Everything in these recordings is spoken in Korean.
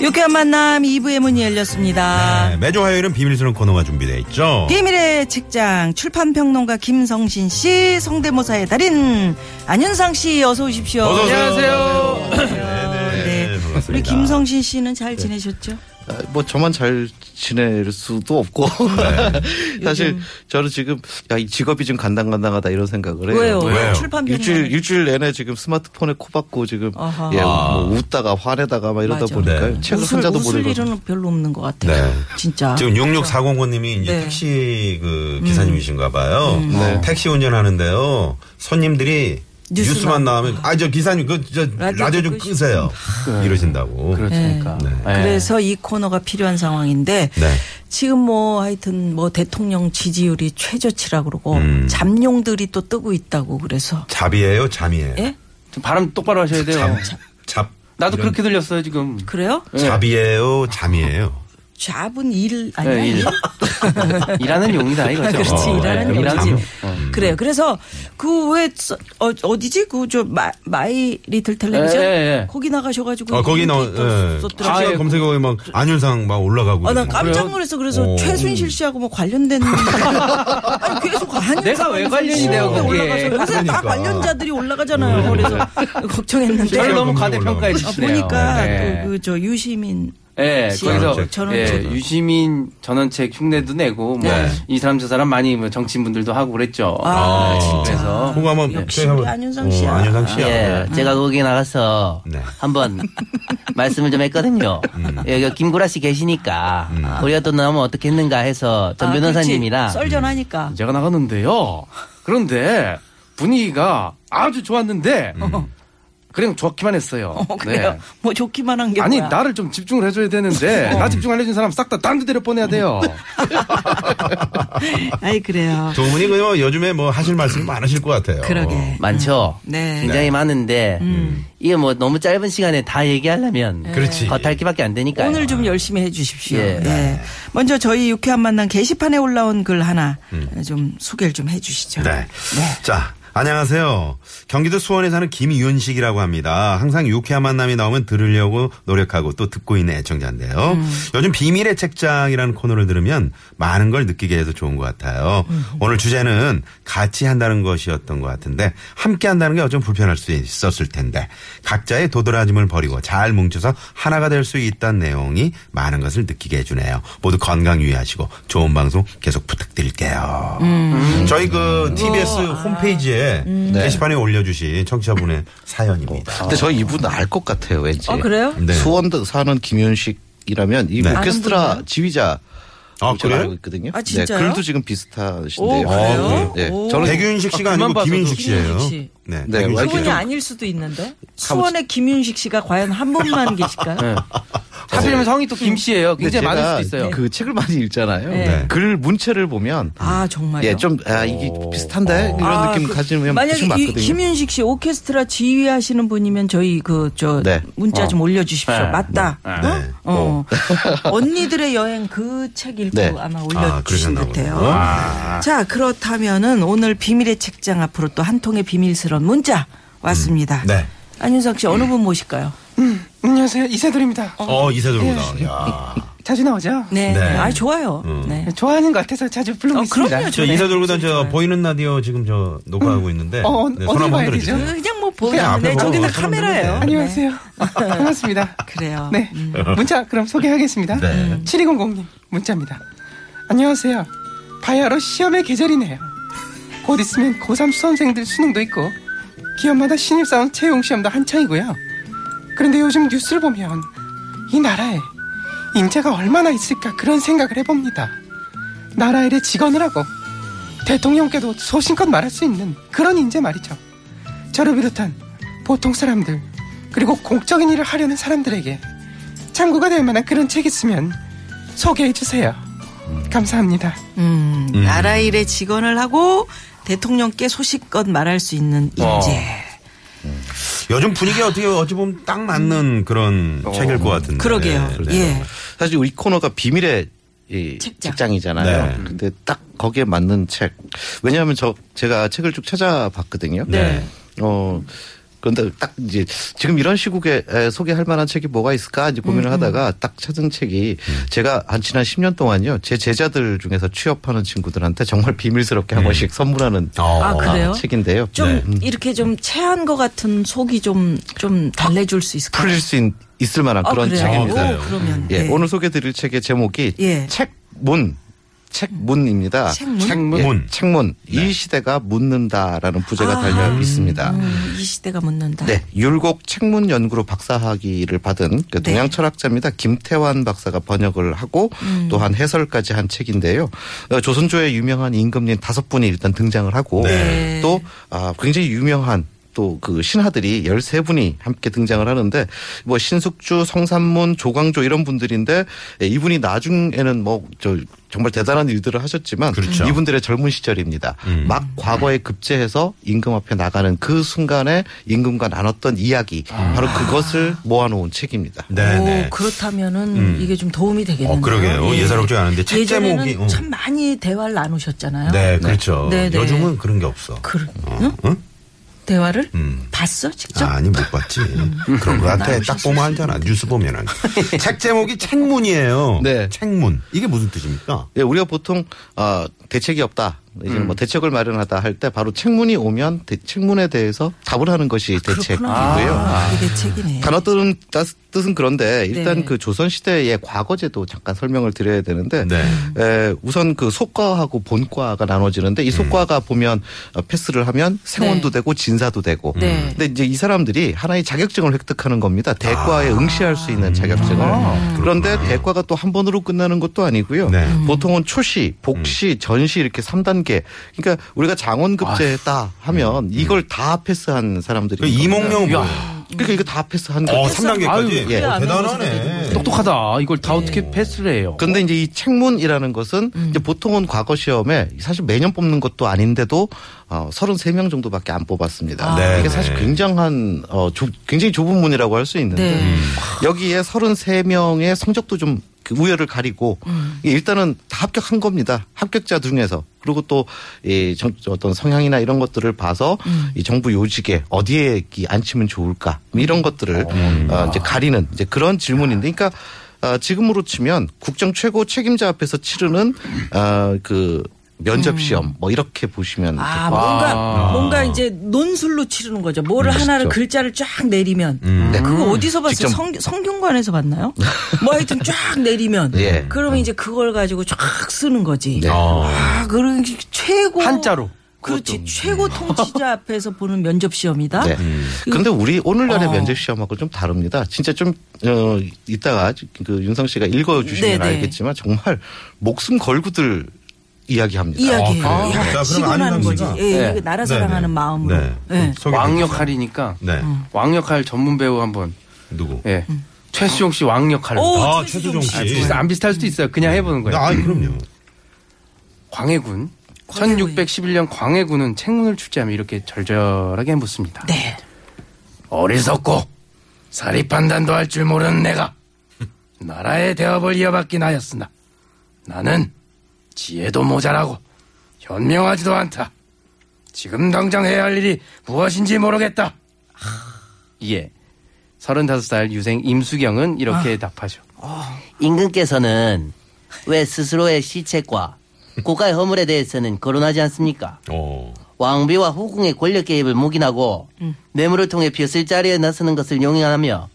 유쾌한 만남 2부의 문이 열렸습니다. 네, 매주 화요일은 비밀스러운 코너가 준비되어 있죠. 비밀의 직장 출판평론가 김성신 씨, 성대모사의 달인 안윤상 씨 어서 오십시오. 어서 오세요. 네. 반갑습니다. 네. 우리 김성신 씨는 잘 지내셨죠? 아, 뭐 저만 잘 지낼 수도 없고 네. 사실 저는 지금 야, 이 직업이 좀 간당간당하다 이런 생각을 해요. 왜요? 네. 왜요? 출판 일주일 평론. 일주일 내내 지금 스마트폰에 코박고 지금 아하. 예, 뭐 웃다가 화내다가 막 이러다 맞아. 보니까 네. 책을 웃을, 한 자도 못 웃을 읽어. 일은 별로 없는 것 같아요. 네. 진짜. 지금 66409님이 이제 네. 음. 택시 그 기사님이신가 봐요. 네. 택시 운전하는데요. 손님들이 뉴스만- 뉴스만, 나오면 아 저 기사님 그저 음. 라디오 라디오 좀 끄시- 끄세요. 네. 네. 이러신다고. 그렇습니까? 네. 그래서 이 코너가 필요한 상황인데 네. 지금 뭐 하여튼 뭐 대통령 지지율이 최저치라 그러고 음. 잠룡들이 또 뜨고 있다고 그래서 잡이에요, 잠이에요. 예? 좀 발음 똑바로 하셔야 돼요. 잡, 잡. 나도 이런- 그렇게 들렸어요 지금. 그래요? 잡이에요, 잠이에요. 잡은 일 아니야? 네, 일. 일하는 용이다 이거죠. 예, 그렇죠. 그렇지 어, 일하는 네, 거지. 일하는 그래요. 그래서 그 왜 어, 어디지 그 저 마이 리틀 텔레비전 예, 예, 예. 거기 나가셔가지고 어, 거기 나온 예. 아, 썼더라고요. 검색어에 막 안윤상 막 올라가고. 아, 나 그러는데. 깜짝 놀랐어. 그래서 오. 최순실 씨하고 뭐 관련된. 아니, 계속 한 내가 왜 관련이 돼요, 거기에. 올라가서. 요새 다 그러니까. 관련자들이 올라가잖아요. 그래서 걱정했는데. 네. 저를 너무 검색어 과대평가해 아, 주시네요. 보니까 네. 그 저 유시민 예, 씨. 거기서 전원책. 예, 유시민 전원책 흉내도 내고 뭐 이 네. 사람 저 사람 많이 뭐 정치인분들도 하고 그랬죠. 예, 아, 아, 진짜. 그래서 그거 한번 역시 저희 우리 한번- 안윤상 씨야. 어, 안윤상 씨야. 네. 예, 제가 거기 나가서 네. 한번 말씀을 좀 했거든요. 음. 예, 그 여기 김구라 씨 계시니까 우리가 또 나오면 어떻게 했는가 해서 전 음. 아, 변호사님이랑 그렇지. 썰전하니까. 제가 나갔는데요. 그런데 분위기가 아주 좋았는데 그냥 좋기만 했어요. 음. 어, 그래요? 네. 뭐 좋기만 한 게. 아니 뭐야. 어. 나를 좀 집중을 해줘야 되는데 나 집중 안 해준 사람 싹 다 딴 데 데려 보내야 돼요. 아이, 그래요. 두 분이 그냥 요즘에 뭐 하실 말씀 많으실 것 같아요. 그러게. 많죠. 네. 음. 굉장히 많은데 이게 뭐 너무 짧은 시간에 다 얘기하려면 그렇지. 겉핥기밖에 안 되니까. 네. 오늘 좀 열심히 해주십시오. 예. 네. 먼저 저희 유쾌한 만남 게시판에 올라온 글 하나 음. 좀 소개를 좀 해주시죠. 네. 자, 안녕하세요. 경기도 수원에 사는 김윤식이라고 합니다. 항상 유쾌한 만남이 나오면 들으려고 노력하고 또 듣고 있는 애청자인데요. 음. 요즘 비밀의 책장이라는 코너를 들으면 많은 걸 느끼게 해서 좋은 것 같아요. 음. 오늘 주제는 같이 한다는 것이었던 것 같은데 함께 한다는 게 어쩜 불편할 수 있었을 텐데 각자의 도드라짐을 버리고 잘 뭉쳐서 하나가 될 수 있다는 내용이 많은 것을 느끼게 해주네요. 모두 건강 유의하시고 좋은 방송 계속 부탁드릴게요. 저희 그 TBS 홈페이지에 게시판에 올려주신 청취자분의 사연입니다. 근데 저 이분 알 것 같아요 왠지. 어, 그래요? 네. 수원 사는 김윤식이라면 이 네. 아는 오케스트라 지휘자. 아, 제가 그래요? 알고 있거든요. 아, 진짜요? 네, 글도 지금 비슷하신데요. 오, 그래요? 네, 오. 저는 백윤식 씨가 아, 아, 니고 그만 김윤식 봐서도- 씨예요. 김윤식 씨. 네, 네, 백윤식 알겠습니다. 수원이 씨. 아닐 수도 있는데 수원의 김윤식 씨가 과연 한 분만 계실까요? 네. 하필이면 성이 또 김씨예요. 굉장히 많을 수도 있어요. 그 책을 많이 읽잖아요. 네. 글 문체를 보면 아 정말요? 예, 좀, 아, 이게 비슷한데? 이런 아, 느낌 그- 가지면 만약에 대충 이 맞거든요. 김윤식 씨 오케스트라 지휘하시는 분이면 저희 그 저 네. 문자 좀 올려주십시오. 네. 맞다. 네. 어. 언니들의 여행 그 책 읽고 네. 아마 아, 올려주신 그러셨나 것 같아요. 보네요. 자 그렇다면은 오늘 비밀의 책장 앞으로 또 한 통의 비밀스러운 문자 왔습니다. 음, 네. 안윤석 씨 어느 분 모실까요? 안녕하세요 어, 이세돌입니다. 네. 어, 이세돌보다. 야. 예, 자주 나오죠? 네. 네. 아 좋아요. 음. 네. 네, 좋아하는 것 같아서 자주 부르고 어, 있습니다. 그럼요. 저 네. 인사 들고 다니 저 좋아요. 보이는 라디오 지금 저 녹화하고 있는데 어, 네, 어디 손 한번 봐야 흔들어 되죠? 주세요. 그냥 뭐 그냥 보는데 앞에 보고 저기 다 손 흔들면 카메라예요. 돼요. 네. 안녕하세요. 반갑습니다. 그래요. 네. 문자 그럼 소개하겠습니다. 네. 7200님 문자입니다. 안녕하세요. 바야로 시험의 계절이네요. 곧 있으면 고3 수험생들 수능도 있고 기업마다 신입사원 채용 시험도 한창이고요. 그런데 요즘 뉴스를 보면 이 나라에 인재가 얼마나 있을까 그런 생각을 해봅니다. 나라 일에 직언을 하고 대통령께도 소신껏 말할 수 있는 그런 인재 말이죠. 저를 비롯한 보통 사람들 그리고 공적인 일을 하려는 사람들에게 참고가 될 만한 그런 책 있으면 소개해 주세요. 감사합니다. 음, 나라 일에 직언을 하고 대통령께 소식껏 말할 수 있는 어. 인재. 네, 요즘 분위기 어떻게 어찌 보면 딱 맞는 그런 책일 것 같은데. 그러게요. 네. 예. 사실 우리 코너가 비밀의 이 책장. 책장이잖아요. 네. 근데 딱 거기에 맞는 책. 왜냐하면 저 제가 책을 쭉 찾아봤거든요. 네. 어 그런데 딱 이제 지금 이런 시국에 에, 소개할 만한 책이 뭐가 있을까 이제 고민을 하다가 딱 찾은 책이 제가 한 지난 10년 동안요 제 제자들 중에서 취업하는 친구들한테 정말 비밀스럽게 한 번씩 선물하는 어. 아, 그래요? 책인데요. 좀 네. 이렇게 좀 체한 것 같은 속이 좀 좀 달래줄 수 있을까요? 풀릴 수 있, 을 만한 아, 그런 그래요? 책입니다. 어. 책입니다. 오, 그러면 예, 네. 예. 오늘 소개드릴 책의 제목이 예. 책문 책문입니다. 책문? 네. 예, 문. 책문 이 시대가 묻는다라는 부제가 달려 있습니다. 음, 이 시대가 묻는다. 네, 율곡 책문 연구로 박사학위를 받은 그 동양 철학자입니다. 김태환 박사가 번역을 하고 또한 해설까지 한 책인데요. 어, 조선조의 유명한 임금님 다섯 분이 일단 등장을 하고 네. 또 아, 굉장히 유명한 또 그 신하들이 13분이 함께 등장을 하는데 뭐 신숙주, 성산문, 조광조 이런 분들인데 예, 이분이 나중에는 뭐 저 정말 대단한 일들을 하셨지만 그렇죠. 음. 이분들의 젊은 시절입니다. 막 과거에 급제해서 임금 앞에 나가는 그 순간에 임금과 나눴던 이야기 바로 그것을 모아놓은 책입니다. 오, 아. 네네. 음. 그렇다면은 이게 좀 도움이 되겠네요. 어, 그러게요. 예. 사롭지 않은데 책 예전에는 제목이. 어. 참 많이 대화를 나누셨잖아요. 네, 그렇죠. 네, 네. 요즘은 그런 게 없어. 그 어? 응? 대화를 음. 봤어 직접? 아, 니못 봤지. 그런 거 같아. 딱 보면 알잖아. 뉴스 보면 알지. 책 제목이 책문이에요. 네. 책문. 이게 무슨 뜻입니까? 예, 우리가 보통 아 대책이 없다. 이제 음. 뭐 대책을 마련하다 할 때 바로 책문이 오면 대- 책문에 대해서 답을 하는 아, 것이 대책이고요. 아, 이게 책이네. 단어 뜻은, 따스- 뜻은 그런데 일단 네. 그 조선시대의 과거제도 잠깐 설명을 드려야 되는데 네. 에, 우선 그 속과하고 본과가 나눠지는데 음. 이 속과가 보면 어, 패스를 하면 생원도 네. 되고 진사도 되고 네. 근데 이제 이 사람들이 하나의 자격증을 획득하는 겁니다. 아. 대과에 응시할 수 있는 자격증을. 그런데 대과가 또 한 번으로 끝나는 것도 아니고요. 네. 음. 음. 보통은 초시, 복시, 전시 이렇게 3단계. 그러니까 우리가 장원급제다 하면 이걸 다 패스한 사람들이. 아. 음. 그 이몽룡 뭐예요? 그러니까 이거 다 패스한 어, 거죠. 3단계까지. 아유, 예. 대단하네. 똑똑하다. 이걸 다 어떻게 패스를 해요? 근데 이제 이 책문이라는 것은 음. 이제 보통은 과거 시험에 사실 매년 뽑는 것도 아닌데도 어 33명 정도밖에 안 뽑았습니다. 아. 이게 네. 사실 굉장한 어 좁- 굉장히 좁은 문이라고 할 수 있는데 네. 여기에 33명의 성적도 좀그 우열을 가리고 이게 일단은 다 합격한 겁니다. 합격자 중에서 그리고 또이 어떤 성향이나 이런 것들을 봐서 이 정부 요직에 어디에 이 앉히면 좋을까 이런 것들을 어, 이제 가리는 이제 그런 질문인데, 그러니까 아, 지금으로 치면 국정 최고 책임자 앞에서 치르는 아, 그 면접 시험 뭐 이렇게 보시면 아, 뭔가 뭔가 이제 논술로 치르는 거죠. 뭐를 음, 하나를 글자를 쫙 내리면 음. 그거 어디서 봤어요? 직접- 성, 성균관에서 봤나요? 뭐 하여튼 쫙 내리면 예. 그러면 음. 이제 그걸 가지고 쫙 쓰는 네. 거지. 어. 아, 그런 게 최고 한자로. 그렇지 최고 음. 통치자 앞에서 보는 면접 시험이다. 네. 근데 우리 오늘날의 어. 면접 시험하고 좀 다릅니다. 진짜 좀, 어, 이따가 그 윤성 씨가 읽어주시면 네네. 알겠지만 정말 목숨 걸고들 이야기합니다. 이야기. 아, 그래요? 자, 야, 그럼 시원하는 거지. 안윤상 씨가- 예, 네. 이거 나라 사랑하는 네. 마음으로. 네. 예. 소개 왕역할이니까 음. 네. 왕역할 전문 배우 한번 누구? 예 최수종 씨 왕역할 음. 오, 아, 최수종 최수종 씨. 씨. 비슷- 안 비슷할 수도 있어요. 그냥 해보는 거예요. 아, 그럼요. 광해군. 광해군. 1611년 광해군은 책문을 출제하며 이렇게 절절하게 묻습니다. 네. 어리석고 사리 판단도 할 줄 모르는 내가 나라의 대업을 이어받긴 하였으나 나는 지혜도 모자라고 현명하지도 않다. 지금 당장 해야 할 일이 무엇인지 아. 모르겠다. 예. 35살 유생 임수경은 이렇게 답하죠. 임금께서는 왜 스스로의 시체과 고가의 허물에 대해서는 거론하지 않습니까? 오. 왕비와 후궁의 권력 개입을 묵인하고 뇌물을 통해 벼슬 자리에 나서는 것을 용인하며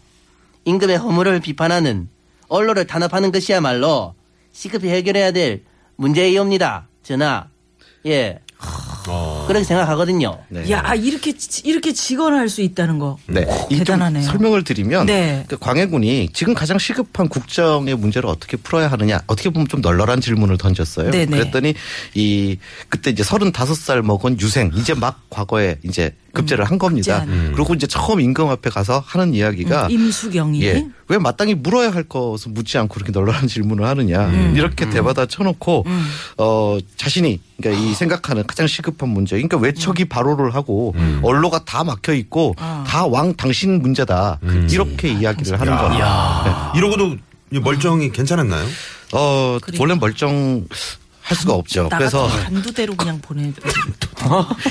임금의 허물을 비판하는 언론을 탄압하는 것이야말로 시급히 해결해야 될 문제이옵니다. 전하. 예. 아. 그렇게 생각하거든요. 야 아, 이렇게 지- 이렇게 직언할 수 있다는 거. 네. 이좀 대단하네요. 설명을 드리면 네. 그 광해군이 지금 가장 시급한 국정의 문제를 어떻게 풀어야 하느냐 어떻게 보면 좀 널널한 질문을 던졌어요. 네네. 그랬더니 이 그때 이제 35살 먹은 유생 이제 막 과거에 이제 급제를 한 겁니다. 급제하는. 그리고 이제 처음 임금 앞에 가서 하는 이야기가 음, 임수경이. 예. 왜 마땅히 물어야 할 것을 묻지 않고 그렇게 널널한 질문을 음. 하느냐. 이렇게 대받아 쳐놓고, 어, 자신이, 그러니까 이 생각하는 가장 시급한 문제. 그러니까 외척이 음. 바로를 하고, 언로가 다 막혀 있고, 아. 다 왕 당신 문제다. 이렇게 이야기를 하는 거예요. 이러고도 멀쩡히 괜찮았나요? 어, 원래 멀쩡, 할 수가 없죠. 나 그래서 아, 같은 반두대로 그냥 보내.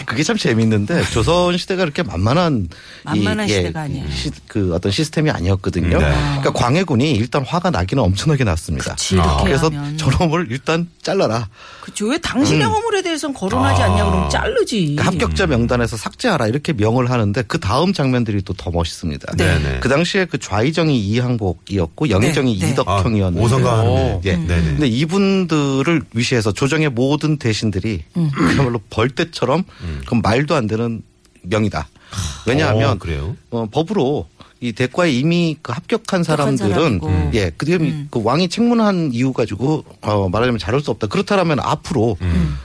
그게 참 재밌는데 조선 시대가 이렇게 만만한 만만한 시대가 아니야. 시- 그 어떤 시스템이 아니었거든요. 네. 그러니까 광해군이 일단 화가 나기는 엄청나게 났습니다. 그치, 이렇게 그래서 하면. 저놈을 일단 잘라라. 그죠? 왜 당신의 허물에 대해서는 거론하지 않냐 그러면 자르지. 음. 아. 그러니까 합격자 명단에서 삭제하라 이렇게 명을 하는데 그 다음 장면들이 또 더 멋있습니다. 네. 네네. 그 당시에 그 좌의정이 이항복이었고 영의정이 네, 네. 이덕형이었는데 아, 오성강. 오. 예. 네네. 근데 이분들을 위시해서 조정의 모든 대신들이 음. 그야말로 벌떼처럼 음. 그럼 말도 안 되는 명이다. 어, 왜냐하면 그래요? 어, 법으로 이 대과에 이미 그 합격한 합격한 사람들은 사람이고. 예, 그다음에 그 왕이 책문한 이유 가지고 어, 말하자면 자를 수 없다. 그렇다면 앞으로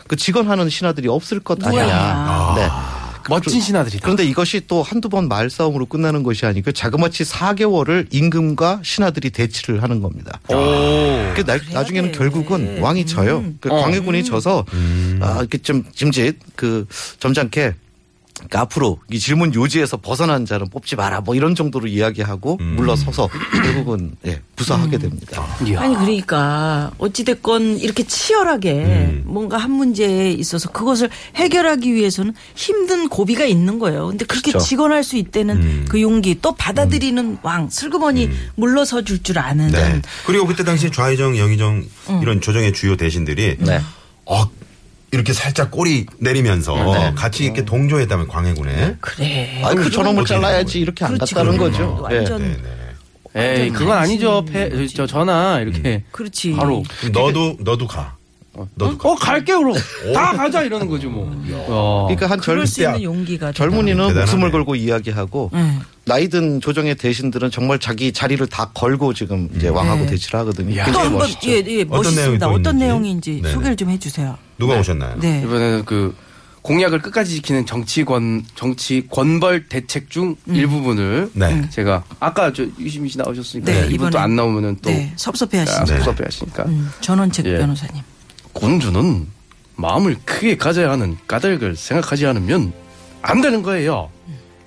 그 직언하는 신하들이 없을 것 아니냐. 뭐야. 네. 멋진 신하들이다. 그런데 이것이 또 한두 번 말싸움으로 끝나는 것이 아니고 자그마치 4개월을 임금과 신하들이 대치를 하는 겁니다. 그 나, 나중에는 돼. 음. 결국은 왕이 져요. 그 광해군이 져서 아, 이렇게 좀 짐짓 그 점잖게 그 앞으로 이 질문 요지에서 벗어난 자는 뽑지 마라 뭐 이런 정도로 이야기하고 물러서서 결국은 예, 부사하게 음. 됩니다. 아니 그러니까 어찌 됐건 이렇게 치열하게 음. 뭔가 한 문제에 있어서 그것을 해결하기 위해서는 힘든 고비가 있는 거예요. 근데 그렇게 그렇죠. 직언할 수 있다는 음. 그 용기 또 받아들이는 왕 슬그머니 물러서 줄 줄 아는 네. 그리고 그때 당시 좌의정, 영의정 이런 조정의 주요 대신들이 음. 네. 어, 이렇게 살짝 꼬리 내리면서 같이 이렇게 동조했다면 광해군에. 그래. 아니 음, 네. 그 그런 저놈을 거지. 잘라야지 이렇게 안 그렇지, 갔다는 그렇지. 어, 거죠. 예. 완전 네, 네. 에이, 그건 아니죠. 패, 저 전화 이렇게 그렇지. 바로. 너도 너도 가. 너도 가. 어 갈게 그럼. 다 가자 이러는 거지 뭐. 어. 그러니까 한 그럴 절, 수 있는 용기가 젊은이는 대단하네. 목숨을 걸고 이야기하고 음. 나이든 조정의 대신들은 정말 자기 자리를 다 걸고 지금 이제 왕하고 대치를 하거든요. 또 굉장히 네. 한번 멋있죠. 예, 예, 멋있습니다. 내용이 또 어떤 있는지. 내용인지 네네. 소개를 좀 해주세요. 누가 오셨나요? 네. 이번에는 그 공약을 끝까지 지키는 정치권 정치 권벌 대책 중 일부분을 네. 제가 아까 저 유시민 씨 나오셨으니까 네, 이분 이번에- 또 안 나오면은 또 네, 섭섭해하시죠. 아, 섭섭해하시니까 음, 전원책 예. 변호사님. 군주는 마음을 크게 가져야 하는 까닭을 생각하지 않으면 안 되는 거예요.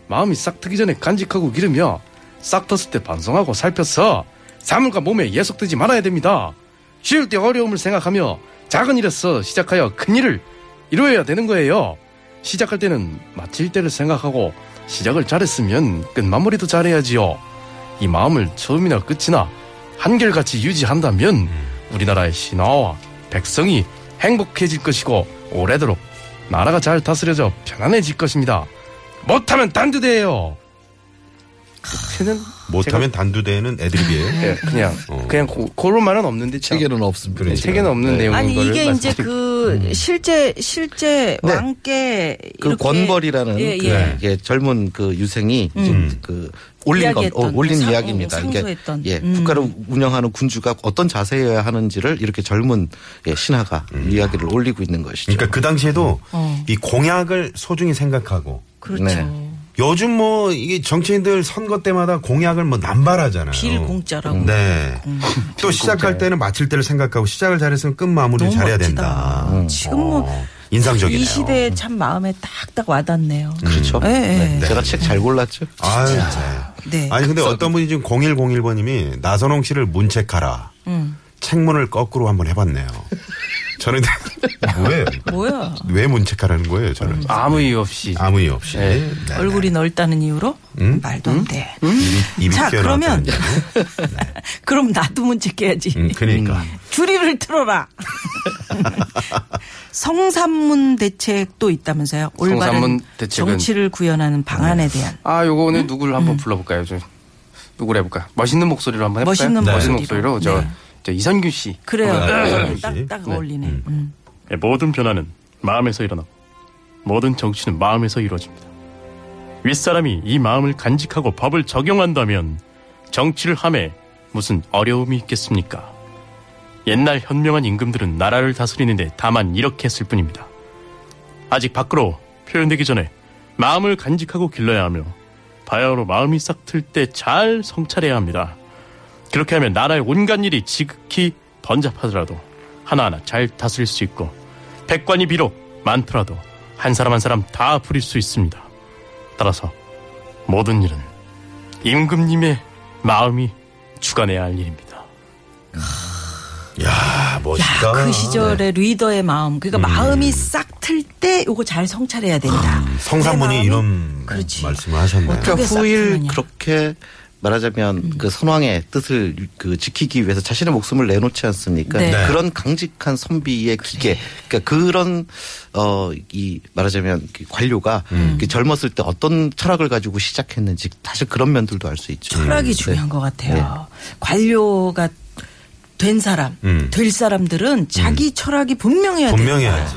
마음이 싹 트기 전에 간직하고 기르며 싹 떴을 때 반성하고 살펴서 사물과 몸에 예속되지 말아야 됩니다. 쉬울 때 어려움을 생각하며 작은 일에서 시작하여 큰 일을 이루어야 되는 거예요. 시작할 때는 마칠 때를 생각하고 시작을 잘했으면 끝 마무리도 잘해야지요. 이 마음을 처음이나 끝이나 한결같이 유지한다면 우리나라의 신화와 백성이 행복해질 것이고 오래도록 나라가 잘 다스려져 편안해질 것입니다. 못하면 단두대예요. 는 예, 못하면 단두대는 음. 네. 애드립이에요. 그냥 어. 그냥 고, 그런 말은 없는데 참. 세계는 없습니다. 네, 책에는 없는 내용인 아니 거를 이게 이제 말씀드리- 그 실제 실제 네. 왕께 그 이렇게- 권벌이라는 예, 그, 예. 예, 젊은 그 유생이 이제 그 올린 건 이야기했던 그 어, 올린 상- 이야기입니다. 어, 상소했던. 예, 음. 국가를 운영하는 군주가 어떤 자세여야 하는지를 이렇게 젊은 예, 신하가 이야기를 올리고 있는 것이죠. 음. 그러니까 그 당시에도 음. 어. 이 공약을 소중히 생각하고 그렇죠. 네. 요즘 뭐 이게 정치인들 선거 때마다 공약을 뭐 남발하잖아요. 빌 공짜라고. 네. 음. 또 시작할 때는 마칠 때를 생각하고 시작을 잘했으면 끝 마무리를 네. 너무 잘해야 멋지다. 된다. 지금 뭐 어, 인상적이네요. 음. 이 시대에 참 마음에 딱딱 와닿네요. 그렇죠. 예, 예. 네. 제가 책 잘 골랐죠. 아유, 네. 네. 아니 근데 어떤 분이 지금 0101번님이 나선홍 씨를 문책하라. 음. 책문을 거꾸로 한번 해봤네요. 저는 뭐예요? 뭐야? 왜 문책하라는 거예요? 저는 음. 아무 이유 없이 아무 이유 없이 네. 네, 네. 얼굴이 넓다는 이유로? 말도 안 돼. 입이 자, 그러면 튀어나왔다는 얘기. 그럼 나도 문제 깨야지. 음, 그러니까. 주리를 틀어라. 성산문 대책도 있다면서요. 올바른 성산문 대책은- 정치를 구현하는 방안에 네. 대한. 아, 요거 음? 오늘 누구를 한번 불러볼까요? 저 누구를 해볼까? 멋있는 목소리로 한번 해볼까요? 멋있는 멋있는 목소리로. 목소리로 저, 네. 저 이선균 씨. 그래요. 네. 딱, 딱 어울리네. 음. 예, 모든 변화는 마음에서 일어나고 모든 정치는 마음에서 이루어집니다. 윗사람이 이 마음을 간직하고 법을 적용한다면 정치를 함에 무슨 어려움이 있겠습니까? 옛날 현명한 임금들은 나라를 다스리는데 다만 이렇게 했을 뿐입니다. 아직 밖으로 표현되기 전에 마음을 간직하고 길러야 하며 바야흐로 마음이 싹 틀 때 잘 성찰해야 합니다. 그렇게 하면 나라의 온갖 일이 지극히 번잡하더라도 하나하나 잘 다스릴 수 있고 백관이 비록 많더라도 한 사람 한 사람 다 부릴 수 있습니다. 따라서 모든 일은 임금님의 마음이 주관해야 할 일입니다. 야, 멋있다. 그 시절의 리더의 마음. 그러니까 마음이 싹 틀 때 요거 잘 성찰해야 된다. 아, 네, 성산문이 내 마음이- 이런 말씀을 하셨네요. 그러니까 어떻게 후일 싹트느냐. 그렇게 말하자면 그 선왕의 뜻을 그 지키기 위해서 자신의 목숨을 내놓지 않습니까? 네. 네. 그런 강직한 선비의 기계, 그러니까 그런 어 이 말하자면 그 관료가 그 젊었을 때 어떤 철학을 가지고 시작했는지 사실 그런 면들도 알 수 있죠. 철학이 네. 중요한 것 같아요. 관료가 된 사람, 음. 될 사람들은 자기 철학이 분명해야 돼. 네. 분명히 해야지.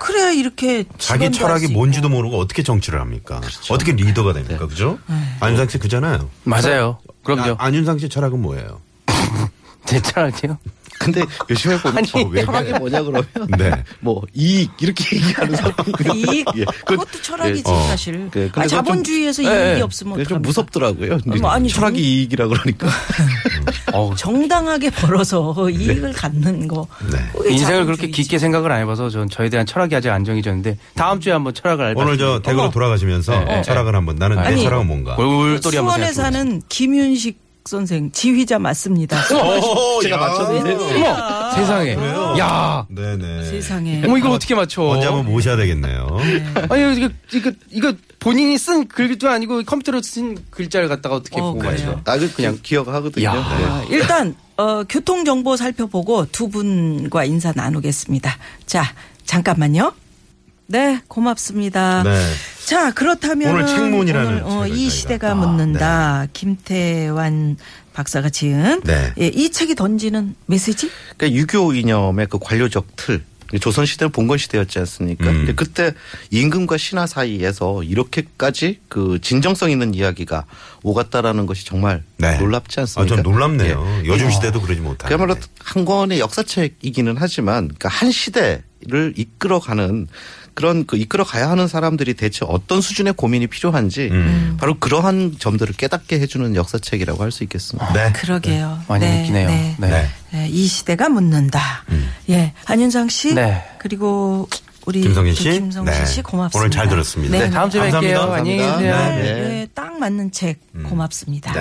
그래야 이렇게 자기 직원도 할수 철학이 있고. 뭔지도 모르고 어떻게 정치를 합니까? 어떻게 리더가 됩니까? 그죠? 안윤상 씨 그잖아요. 맞아요. 그럼요. 안윤상 씨 철학은 뭐예요? 네, 제 철학이요? 근데 요즘에 보면 아니, 저 철학이 뭐냐 그러면 네. 뭐 이익 이렇게 얘기하는 사람이 예. 이익? 그것도 철학이지, 사실. 아, 자본주의에서 이익이 없으면 좀 무섭더라고요. 근데 뭐, 아니, 철학이 이익이라 그러니까 정당하게 벌어서 이익을 갖는 거. 네. 그게 인생을 자본주의. 그렇게 깊게 생각을 안 해봐서 전 저에 대한 철학이 아직 안정해졌는데 다음 주에 한번 철학을 알고 오늘 저 대구로 돌아가시면서 네, 네. 철학을 한번 나는 내 아니, 철학은 뭔가? 골똘히 수원에 사는 김윤식 선생 지휘자 맞습니다. 어, 어, 오, 제가 맞췄는데. 어머, 아, 세상에. 야. 네네. 세상에. 어머 뭐 이걸 어떻게 맞춰? 언제 한번 모셔야 되겠네요. 아니 이거 이거 이거 본인이 쓴 글도 아니고 컴퓨터로 쓴 글자를 갖다가 어떻게 보고 맞춰? 나도 그냥 기억하거든요. 네. 야. 일단 어, 교통 정보 살펴보고 두 분과 인사 나누겠습니다. 자, 잠깐만요. 네, 고맙습니다. 네. 자, 그렇다면 오늘 책문이라는 어, 책을 이 저희가- 시대가 아, 묻는다. 김태환 박사가 지은 네. 예, 이 책이 던지는 메시지? 그러니까 유교 이념의 그 관료적 틀. 조선 시대는 봉건 시대였지 않습니까? 음. 근데 그때 임금과 신하 사이에서 이렇게까지 그 진정성 있는 이야기가 오갔다라는 것이 정말 놀랍지 아, 않습니까? 전 놀랍네요. 예. 요즘 시대도 그러지 못하는. 그야말로 한 권의 역사책이기는 하지만 그러니까 한 시대를 이끌어가는 그런 그 이끌어가야 하는 사람들이 대체 어떤 수준의 고민이 필요한지 음. 바로 그러한 점들을 깨닫게 해주는 역사책이라고 할 수 있겠습니다. 네. 그러게요. 많이 네, 느끼네요. 네. 네. 예, 이 시대가 묻는다. 음. 예, 안윤상 씨 네. 그리고 우리 김성진 씨? 김성진 네. 씨 고맙습니다. 오늘 잘 들었습니다. 네, 다음 주에 감사합니다. 뵐게요. 안녕히 계세요. 정말, 네, 네. 음. 예, 딱 맞는 책 고맙습니다.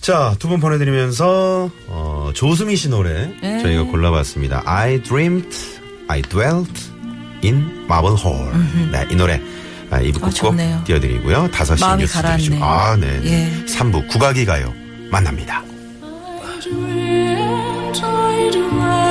자, 두 분 보내드리면서, 어, 조수미 씨 노래 네. 저희가 골라봤습니다. I dreamt, I dwelt in Marble Hall. 네, 이 노래. 아, 2부 어, 끝곡 좋네요. 띄워드리고요. 5시 마음이 뉴스 가라앉네요. 들으시고. 아, 네. 예. 3부 국악이 가요. 만납니다. dreamt, I dreamt.